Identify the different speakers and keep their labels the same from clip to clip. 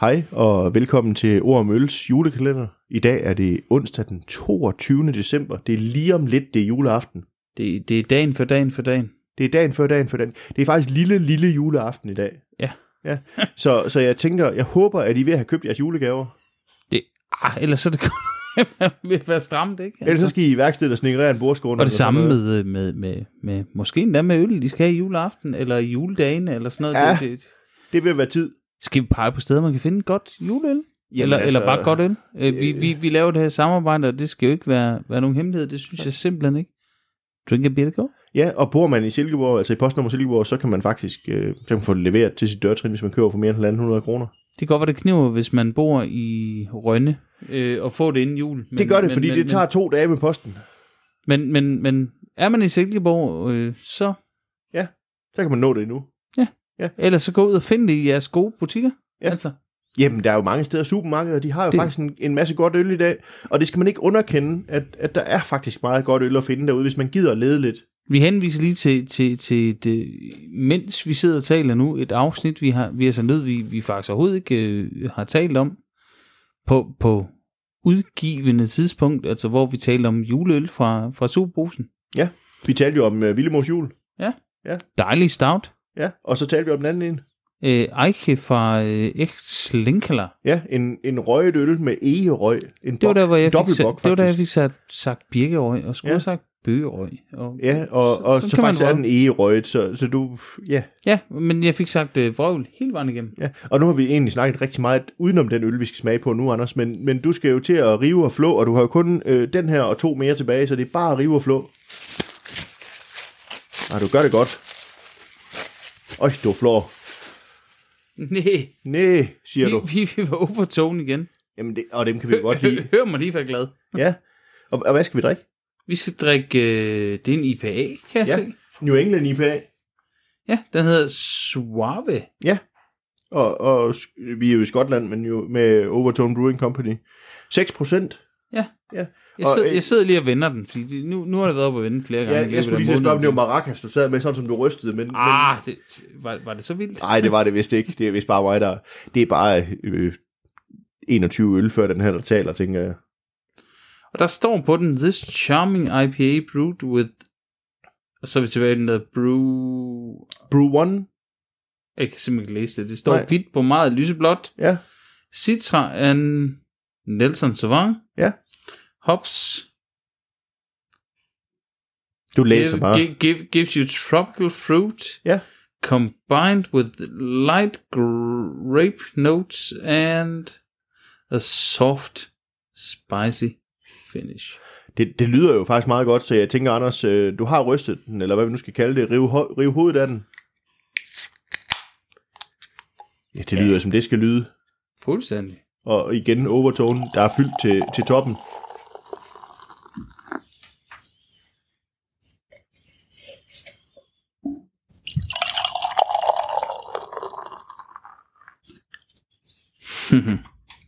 Speaker 1: Hej og velkommen til Ord om Øls julekalender. I dag er det onsdag den 22. december. Det er lige om lidt, det er juleaften.
Speaker 2: Det, det er dagen for dagen for dagen.
Speaker 1: Det er dagen før dagen før dagen. Det er faktisk lille, lille juleaften i dag.
Speaker 2: Ja.
Speaker 1: ja. Så, så jeg tænker, jeg håber, at I er ved at have købt jeres julegaver.
Speaker 2: Det, ah, ellers så er det kun ved at være stramt, ikke?
Speaker 1: Ellers så skal I i værkstedet og snikkerere en bordskåne.
Speaker 2: og det
Speaker 1: eller sådan
Speaker 2: samme
Speaker 1: noget.
Speaker 2: med, med, med, med, måske endda med øl, de skal have i juleaften, eller i juledagen, eller sådan noget.
Speaker 1: Ja.
Speaker 2: Det, det,
Speaker 1: Det vil være tid.
Speaker 2: skal vi pege på steder, man kan finde et godt juleøl?
Speaker 1: Jamen,
Speaker 2: eller, altså, eller bare godt øl? Øh, vi,
Speaker 1: øh.
Speaker 2: vi, vi laver det her samarbejde, og det skal jo ikke være, være nogen hemmelighed. Det synes jeg simpelthen ikke. Drink a beer go.
Speaker 1: Ja, og bor man i Silkeborg, altså i postnummer Silkeborg, så kan man faktisk øh, så kan man få det leveret til sit dørtrin, hvis man køber for mere end 1.500 kroner.
Speaker 2: Det kan godt være, det kniver, hvis man bor i Rønne, øh, og får det inden jul. Men,
Speaker 1: Det gør det,
Speaker 2: men,
Speaker 1: fordi
Speaker 2: men,
Speaker 1: det tager to dage med posten.
Speaker 2: Men, men, men, men er man i Silkeborg, øh, så
Speaker 1: Så kan man nå det endnu.
Speaker 2: Ellers så gå ud og find det i jeres gode butikker.
Speaker 1: Ja.
Speaker 2: Ja. Altså,
Speaker 1: Jamen, der er jo mange steder supermarkeder, de har jo det.
Speaker 2: Det-
Speaker 1: faktisk en, en masse godt øl i dag, og det skal man ikke underkende, at, at der er faktisk meget godt øl at finde derude, hvis man gider at lede lidt.
Speaker 2: vi henviser lige til, til, til et, øh, mens vi sidder og taler nu, et afsnit, vi har, vi er så nødt, vi, vi faktisk overhovedet ikke øh, har talt om på, på udgivende tidspunkt, altså hvor vi talte om juleøl fra, fra Superbrusen.
Speaker 1: Vi talte jo om uh, Villemors jul,
Speaker 2: Dejlig stout.
Speaker 1: ja, og så talte vi om den anden en.
Speaker 2: Øh, Eike fra øh, Ex-Linkeler.
Speaker 1: Ja, en, en røget øl med egerøg. En
Speaker 2: Det var
Speaker 1: bok-
Speaker 2: der, hvor jeg fik,
Speaker 1: dobbeltbok,
Speaker 2: sat, det var der, jeg
Speaker 1: faktisk.
Speaker 2: fik sat, sagt birkerøg, og skulle
Speaker 1: Ja.
Speaker 2: ja. have sagt bøgerøg. Og,
Speaker 1: Ja, og, og så, så,
Speaker 2: kan man
Speaker 1: faktisk er
Speaker 2: røre.
Speaker 1: den egerøget, så, så du, ja,
Speaker 2: Ja, men jeg fik sagt øh, vrøvl hele vejen igennem.
Speaker 1: ja. Og nu har vi egentlig snakket rigtig meget udenom den øl, vi skal smage på nu, Anders, men, men du skal jo til at rive og flå, og du har jo kun øh, den her og to mere tilbage, så det er bare at rive og flå. Nej, du gør det godt. Øj, du flår.
Speaker 2: Næh.
Speaker 1: Næh, siger du.
Speaker 2: Vi, vi, vi var over tone igen.
Speaker 1: Jamen, det, og dem kan vi jo godt lide.
Speaker 2: Hør mig lige være glad.
Speaker 1: Ja. Og, og hvad skal vi drikke?
Speaker 2: Vi skal drikke, øh, det er en IPA, kan jeg
Speaker 1: Ja.
Speaker 2: ja. se.
Speaker 1: New England IPA.
Speaker 2: Ja, den hedder Suave.
Speaker 1: Og, og s- vi er jo i Skotland, men jo med Overtone Brewing Company. 6 procent.
Speaker 2: Jeg,
Speaker 1: Og,
Speaker 2: sidder,
Speaker 1: øh,
Speaker 2: jeg sidder lige og vender den, fordi det, nu, nu har det været oppe at vende flere gange. i
Speaker 1: Ja,
Speaker 2: løbet af
Speaker 1: jeg skulle lige til at spørge, om det var
Speaker 2: måneden.
Speaker 1: maracas, du sad med, sådan som du rystede. Men,
Speaker 2: Ah, det, var, var det så vildt?
Speaker 1: Nej, det var det vist ikke. Det er vist bare mig, der... Det er bare øh, 21 øl før den her, der taler, tænker jeg.
Speaker 2: Og der står på den, This charming IPA brewed with... Og så er vi tilbage i den der brew...
Speaker 1: Brew One,
Speaker 2: Jeg kan simpelthen ikke læse det. Det står
Speaker 1: Nej.
Speaker 2: Nej. hvidt på meget lyseblåt.
Speaker 1: ja.
Speaker 2: Citra and Nelson Sauvin.
Speaker 1: Ja.
Speaker 2: Hops,
Speaker 1: Du læser
Speaker 2: give,
Speaker 1: bare.
Speaker 2: gi- give- gives you tropical fruit.
Speaker 1: Ja.
Speaker 2: Combined with light grape notes and a soft, spicy finish.
Speaker 1: Det, det lyder jo faktisk meget godt, så jeg tænker, Anders, øh, du har rystet den, eller hvad vi nu skal kalde det, rive, ho- rive hovedet af den. Ja, det lyder, som det skal lyde.
Speaker 2: Fuldstændig.
Speaker 1: Og igen overtone, der er fyldt til, til toppen.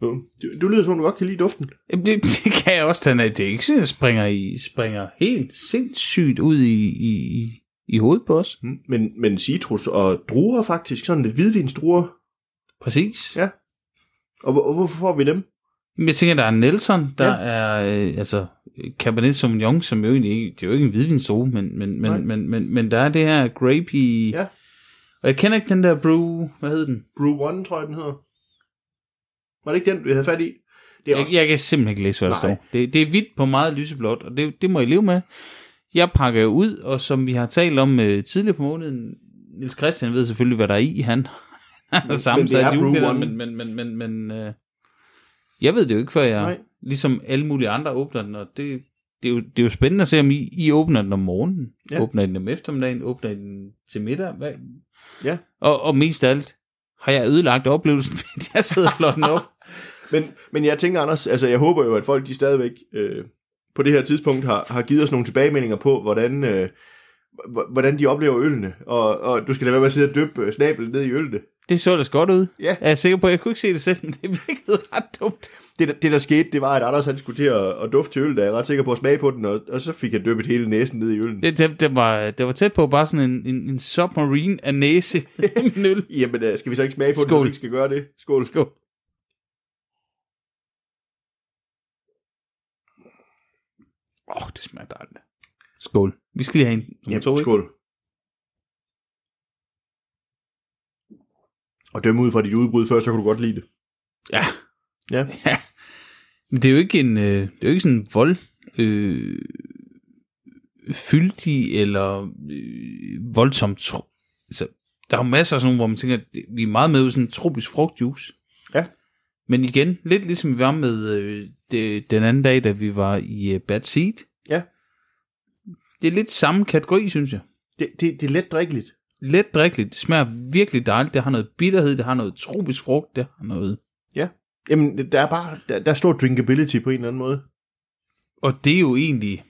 Speaker 1: Bum. du, du lyder som om, du godt kan lide duften.
Speaker 2: Jamen, det, det kan jeg også tage Det er ikke sådan, at jeg springer, i, springer helt sindssygt ud i, i, i- i hovedet på os.
Speaker 1: Mm, Men, men citrus og druer faktisk, sådan lidt hvidvinsdruer.
Speaker 2: Præcis.
Speaker 1: Ja. Og, hvor, og hvorfor får vi dem?
Speaker 2: Men jeg tænker, der er Nelson, der
Speaker 1: Ja.
Speaker 2: ja. er øh, altså øh, Cabernet Sauvignon, som jo egentlig ikke, det er jo ikke en hvidvinsdrue, men, men,
Speaker 1: Nej.
Speaker 2: men, men, men, men der er det her grapey...
Speaker 1: Ja.
Speaker 2: Og jeg kender ikke den der brew, hvad hed den?
Speaker 1: Brew One, tror jeg, den hedder. Var det ikke den, vi havde fat i? Det er
Speaker 2: Jeg,
Speaker 1: også...
Speaker 2: jeg kan simpelthen ikke læse, hvad der
Speaker 1: Nej.
Speaker 2: står. Det, det er hvidt på meget lyseblåt, og det, det må I leve med. Jeg pakker jo ud, og som vi har talt om øh, tidligere på måneden, Nils Christian ved selvfølgelig, hvad der er i, han har sammensat
Speaker 1: er brew
Speaker 2: julekalenderen,
Speaker 1: one.
Speaker 2: men, men, men, men, men øh, jeg ved det jo ikke, før jeg...
Speaker 1: Nej.
Speaker 2: ligesom alle mulige andre åbner den, og det, det, er, jo, det er jo spændende at se, om I, I åbner den om morgenen,
Speaker 1: Ja.
Speaker 2: ja. åbner I den om eftermiddagen, åbner I den til middag, hvad?
Speaker 1: Ja.
Speaker 2: Og, og mest af alt, har jeg ødelagt oplevelsen, fordi jeg sidder og flår den op?
Speaker 1: Men, men jeg tænker, Anders, altså jeg håber jo, at folk de stadigvæk øh, på det her tidspunkt har, har givet os nogle tilbagemeldinger på, hvordan, øh, h- hvordan de oplever ølene. Og, og du skal lade være med at sidde og døbe øh, snabelen ned i ølene.
Speaker 2: Det så ellers godt ud.
Speaker 1: Ja.
Speaker 2: Jeg er sikker på, at jeg kunne ikke se det selv, men det virkede ret dumt.
Speaker 1: Det, der- det der skete, det var, at Anders han skulle til at, at dufte til øl, der er jeg ret sikker på at smage på den, og, og så fik jeg døbet hele næsen ned i øllen.
Speaker 2: Det, det, det, var, det var tæt på bare sådan en, en, en submarine af næse i min øl.
Speaker 1: Jamen, øh, skal vi så ikke smage på den,
Speaker 2: Skål.
Speaker 1: når vi ikke skal gøre det? Skål.
Speaker 2: Skål. Åh, oh, det smager dejligt. Skål. Vi skal lige have en nummer
Speaker 1: Jamen,
Speaker 2: to, ikke?
Speaker 1: skål. Og dømme ud fra dit udbrud før, så kunne du godt lide det.
Speaker 2: Ja.
Speaker 1: Ja.
Speaker 2: ja. Men det er jo ikke en, øh, det er jo ikke sådan en vold, øh, fyldig eller øh, voldsom tro. Altså, der er jo masser af sådan nogle, hvor man tænker, at det- vi er meget med i sådan en tropisk frugtjuice.
Speaker 1: Ja.
Speaker 2: Men igen, lidt ligesom vi var med øh, det, den anden dag, da vi var i øh, Bad Seed.
Speaker 1: Ja.
Speaker 2: Det er lidt samme kategori, synes jeg.
Speaker 1: Det, det, det er let drikkeligt.
Speaker 2: Let drikkeligt. Det smager virkelig dejligt. Det har noget bitterhed, det har noget tropisk frugt, det har noget
Speaker 1: Jamen, der er bare, der, der er stor drinkability på en eller anden måde.
Speaker 2: Og det er jo egentlig,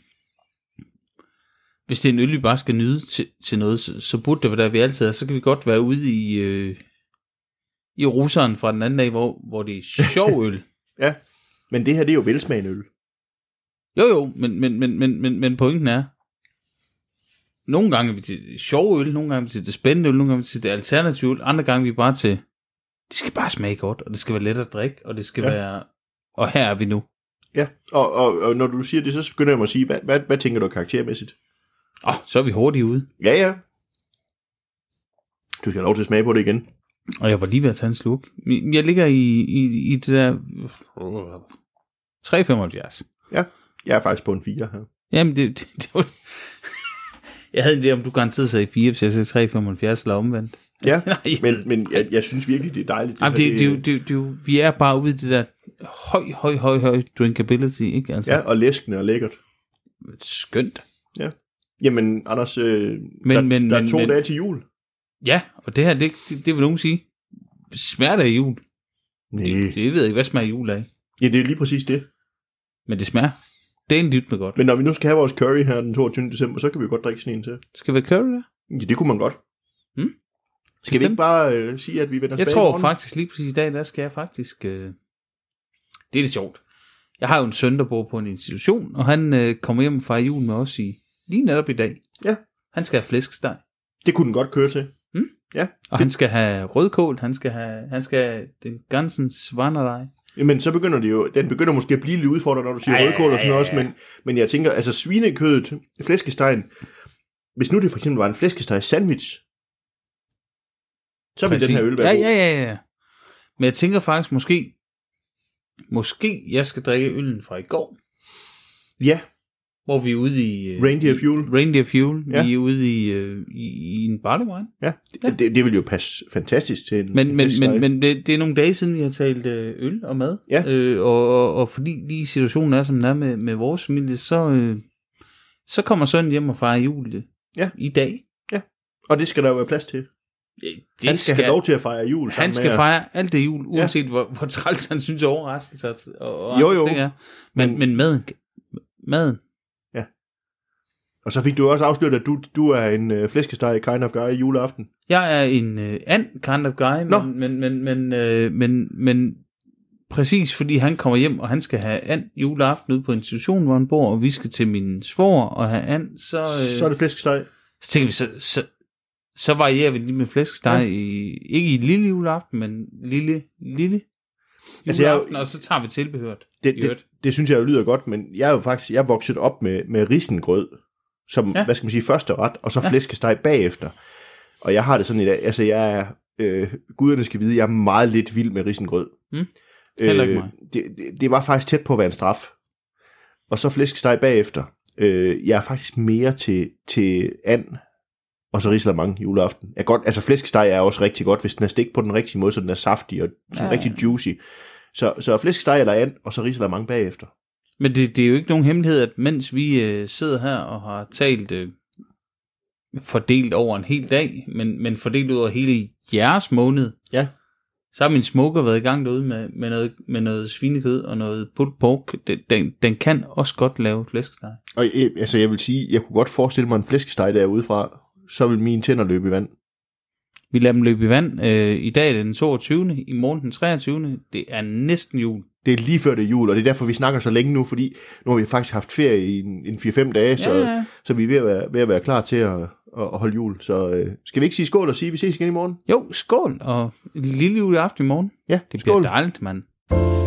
Speaker 2: hvis det er en øl, vi bare skal nyde til, til noget, så, så burde det være der, vi altid er. Så kan vi godt være ude i, øh, i russeren fra den anden dag, hvor, hvor det er sjov øl.
Speaker 1: Men det her, det er jo velsmagende øl.
Speaker 2: Jo jo, men, men, men, men, men, men pointen er, nogle gange er vi til det sjove øl, nogle gange er vi til det spændende øl, nogle gange er vi til det alternative øl, andre gange er vi bare til, det skal bare smage godt, og det skal være let at drikke, og det skal
Speaker 1: Ja.
Speaker 2: ja. være, og her er vi nu.
Speaker 1: Ja, og, og, og når du siger det, så begynder jeg mig at sige, hvad, hvad, hvad tænker du karaktermæssigt?
Speaker 2: Åh, oh, så er vi hurtigt ude.
Speaker 1: Ja, ja. Du skal have lov til at smage på det igen.
Speaker 2: Og jeg var lige ved at tage en sluk. Men Jeg ligger i, i, i det der... 375.
Speaker 1: Jeg er faktisk på en 4 her.
Speaker 2: Jamen, det, det, det var... Jeg havde en idé om, du garanteret sagde 4, hvis jeg sagde 375 eller omvendt.
Speaker 1: Ja,
Speaker 2: Nej,
Speaker 1: men, men jeg, jeg synes virkelig, det er dejligt.
Speaker 2: Jamen,
Speaker 1: her,
Speaker 2: det, det, det, er jo- det, det, er jo- vi er bare ude i det der høj, høj, høj, høj drinkability, ikke? Altså,
Speaker 1: Ja, og læskende og lækkert.
Speaker 2: Skønt.
Speaker 1: Jamen, Anders, øh,
Speaker 2: Men-
Speaker 1: der,
Speaker 2: men-
Speaker 1: der
Speaker 2: men-
Speaker 1: er to
Speaker 2: men-
Speaker 1: dage til jul.
Speaker 2: Ja, og det her, det, det, det vil nogen sige, smager det af jul?
Speaker 1: Nej.
Speaker 2: Det, det ved jeg ikke, hvad smager jul af?
Speaker 1: Ja, det er lige præcis det.
Speaker 2: Men det smager. Det er en lyt med godt.
Speaker 1: Men når vi nu skal have vores curry her den 22. december, så kan vi jo godt drikke sådan en til.
Speaker 2: Skal vi køre det der?
Speaker 1: Ja, det kunne man godt.
Speaker 2: Mm.
Speaker 1: Skal vi ikke bare øh, sige, at vi vender
Speaker 2: Jeg
Speaker 1: tilbage i
Speaker 2: tror
Speaker 1: morgen?
Speaker 2: faktisk lige præcis i dag, der skal jeg faktisk... Øh... Det er det sjovt. Jeg har jo en søn, der bor på en institution, og han øh, kommer hjem fra jul med os i lige netop i dag.
Speaker 1: Ja.
Speaker 2: Han skal have flæskesteg,
Speaker 1: Det kunne den godt køre til.
Speaker 2: og han skal have rødkål, han skal have, han skal have den ganzen svanerdej.
Speaker 1: Men så begynder det jo, den begynder måske at blive lidt udfordret, når du siger
Speaker 2: Ja, ja,
Speaker 1: rødkål og sådan noget
Speaker 2: ja,
Speaker 1: også,
Speaker 2: ja.
Speaker 1: men, men jeg tænker, altså svinekødet, flæskestegen, hvis nu det for eksempel var en flæskesteg sandwich, så ville den her øl være
Speaker 2: ja,
Speaker 1: god.
Speaker 2: ja, ja, ja. Men jeg tænker faktisk måske, måske jeg skal drikke øllen fra i går,
Speaker 1: ja,
Speaker 2: hvor vi er ude i... Øh,
Speaker 1: reindeer fuel.
Speaker 2: Reindeer Fuel.
Speaker 1: Ja.
Speaker 2: Vi er ude i, øh, i, i en barley wine.
Speaker 1: Ja,
Speaker 2: Ja.
Speaker 1: det, det ville jo passe fantastisk til en
Speaker 2: Men,
Speaker 1: en
Speaker 2: men,
Speaker 1: flæskesteg.
Speaker 2: men, men det, det er nogle dage siden, vi har talt øh, øl og mad.
Speaker 1: Ja.
Speaker 2: Øh, og, og, og fordi lige situationen er, som den er med, med vores familie, så, øh, så kommer sønnen hjem og fejrer jul øh,
Speaker 1: Ja.
Speaker 2: i dag.
Speaker 1: Og det skal der jo være plads til.
Speaker 2: Det
Speaker 1: Han skal, skal have lov til at fejre jul sammen
Speaker 2: han skal
Speaker 1: med jer.
Speaker 2: fejre alt det jul, uanset ja. hvor, hvor træls han synes er overraskelse og, og andre
Speaker 1: Jo, jo.
Speaker 2: ting er. Men, men,
Speaker 1: Men-
Speaker 2: men maden, maden,
Speaker 1: Og så fik du også afsløret, at du, du er en øh, flæskesteg kind of guy i juleaften.
Speaker 2: Jeg er en øh, and kind of guy,
Speaker 1: Nå.
Speaker 2: men, men, men, men, øh, men, men præcis fordi han kommer hjem, og han skal have and juleaften ude på institutionen, hvor han bor, og vi skal til min svor og have and, så, øh,
Speaker 1: Så er det flæskesteg.
Speaker 2: så tænker vi, så, så, så varierer vi lige med flæskesteg, ja. i, ikke i lille juleaften, men lille, lille juleaften,
Speaker 1: Altså, jeg er jo-
Speaker 2: altså, jeg, og så tager vi tilbehørt.
Speaker 1: Det,
Speaker 2: I
Speaker 1: det,
Speaker 2: øvrigt.
Speaker 1: det synes jeg jo lyder godt, men jeg er jo faktisk jeg er vokset op med, med risengrød, som,
Speaker 2: Ja.
Speaker 1: ja. hvad skal man sige, første ret, og så ja. flæskesteg bagefter. Og jeg har det sådan i dag, altså jeg er, øh, guderne skal vide, jeg er meget lidt vild med risengrød. Øh,
Speaker 2: Mm. Heller ikke mig.
Speaker 1: det, det, det var faktisk tæt på at være en straf. Og så flæskesteg bagefter. Øh, jeg er faktisk mere til, til and, og så risler mange juleaften. Er godt, altså flæskesteg er også rigtig godt, hvis den er stegt på den rigtige måde, så den er saftig og sådan ja,
Speaker 2: Ja, ja.
Speaker 1: rigtig juicy. Så, så flæskesteg eller and, og så risler mange bagefter.
Speaker 2: Men det, det er jo ikke nogen hemmelighed, at mens vi øh, sidder her og har talt øh, fordelt over en hel dag, men, men fordelt ud over hele jeres måned,
Speaker 1: Ja.
Speaker 2: så har min smoker været i gang derude med, med, noget, med noget svinekød og noget pulled pork. Den, den, den kan også godt lave flæskesteg.
Speaker 1: Og øh, altså, jeg vil sige, jeg kunne godt forestille mig en flæskesteg derude fra, så vil mine tænder løbe i vand.
Speaker 2: Vi lader dem løbe i vand. Øh, I dag er det den 22. I morgen den 23. Det er næsten jul.
Speaker 1: Det er lige før det er jul, og det er derfor, vi snakker så længe nu, fordi nu har vi faktisk haft ferie i en, en 4-5 dage, så,
Speaker 2: Ja, ja.
Speaker 1: så vi er ved at være, ved at være klar til at, at, at holde jul. Så øh, skal vi ikke sige skål og sige, at vi ses igen i morgen?
Speaker 2: Jo, skål og lille jul i aften i morgen.
Speaker 1: Ja,
Speaker 2: Det
Speaker 1: skål.
Speaker 2: bliver dejligt, mand.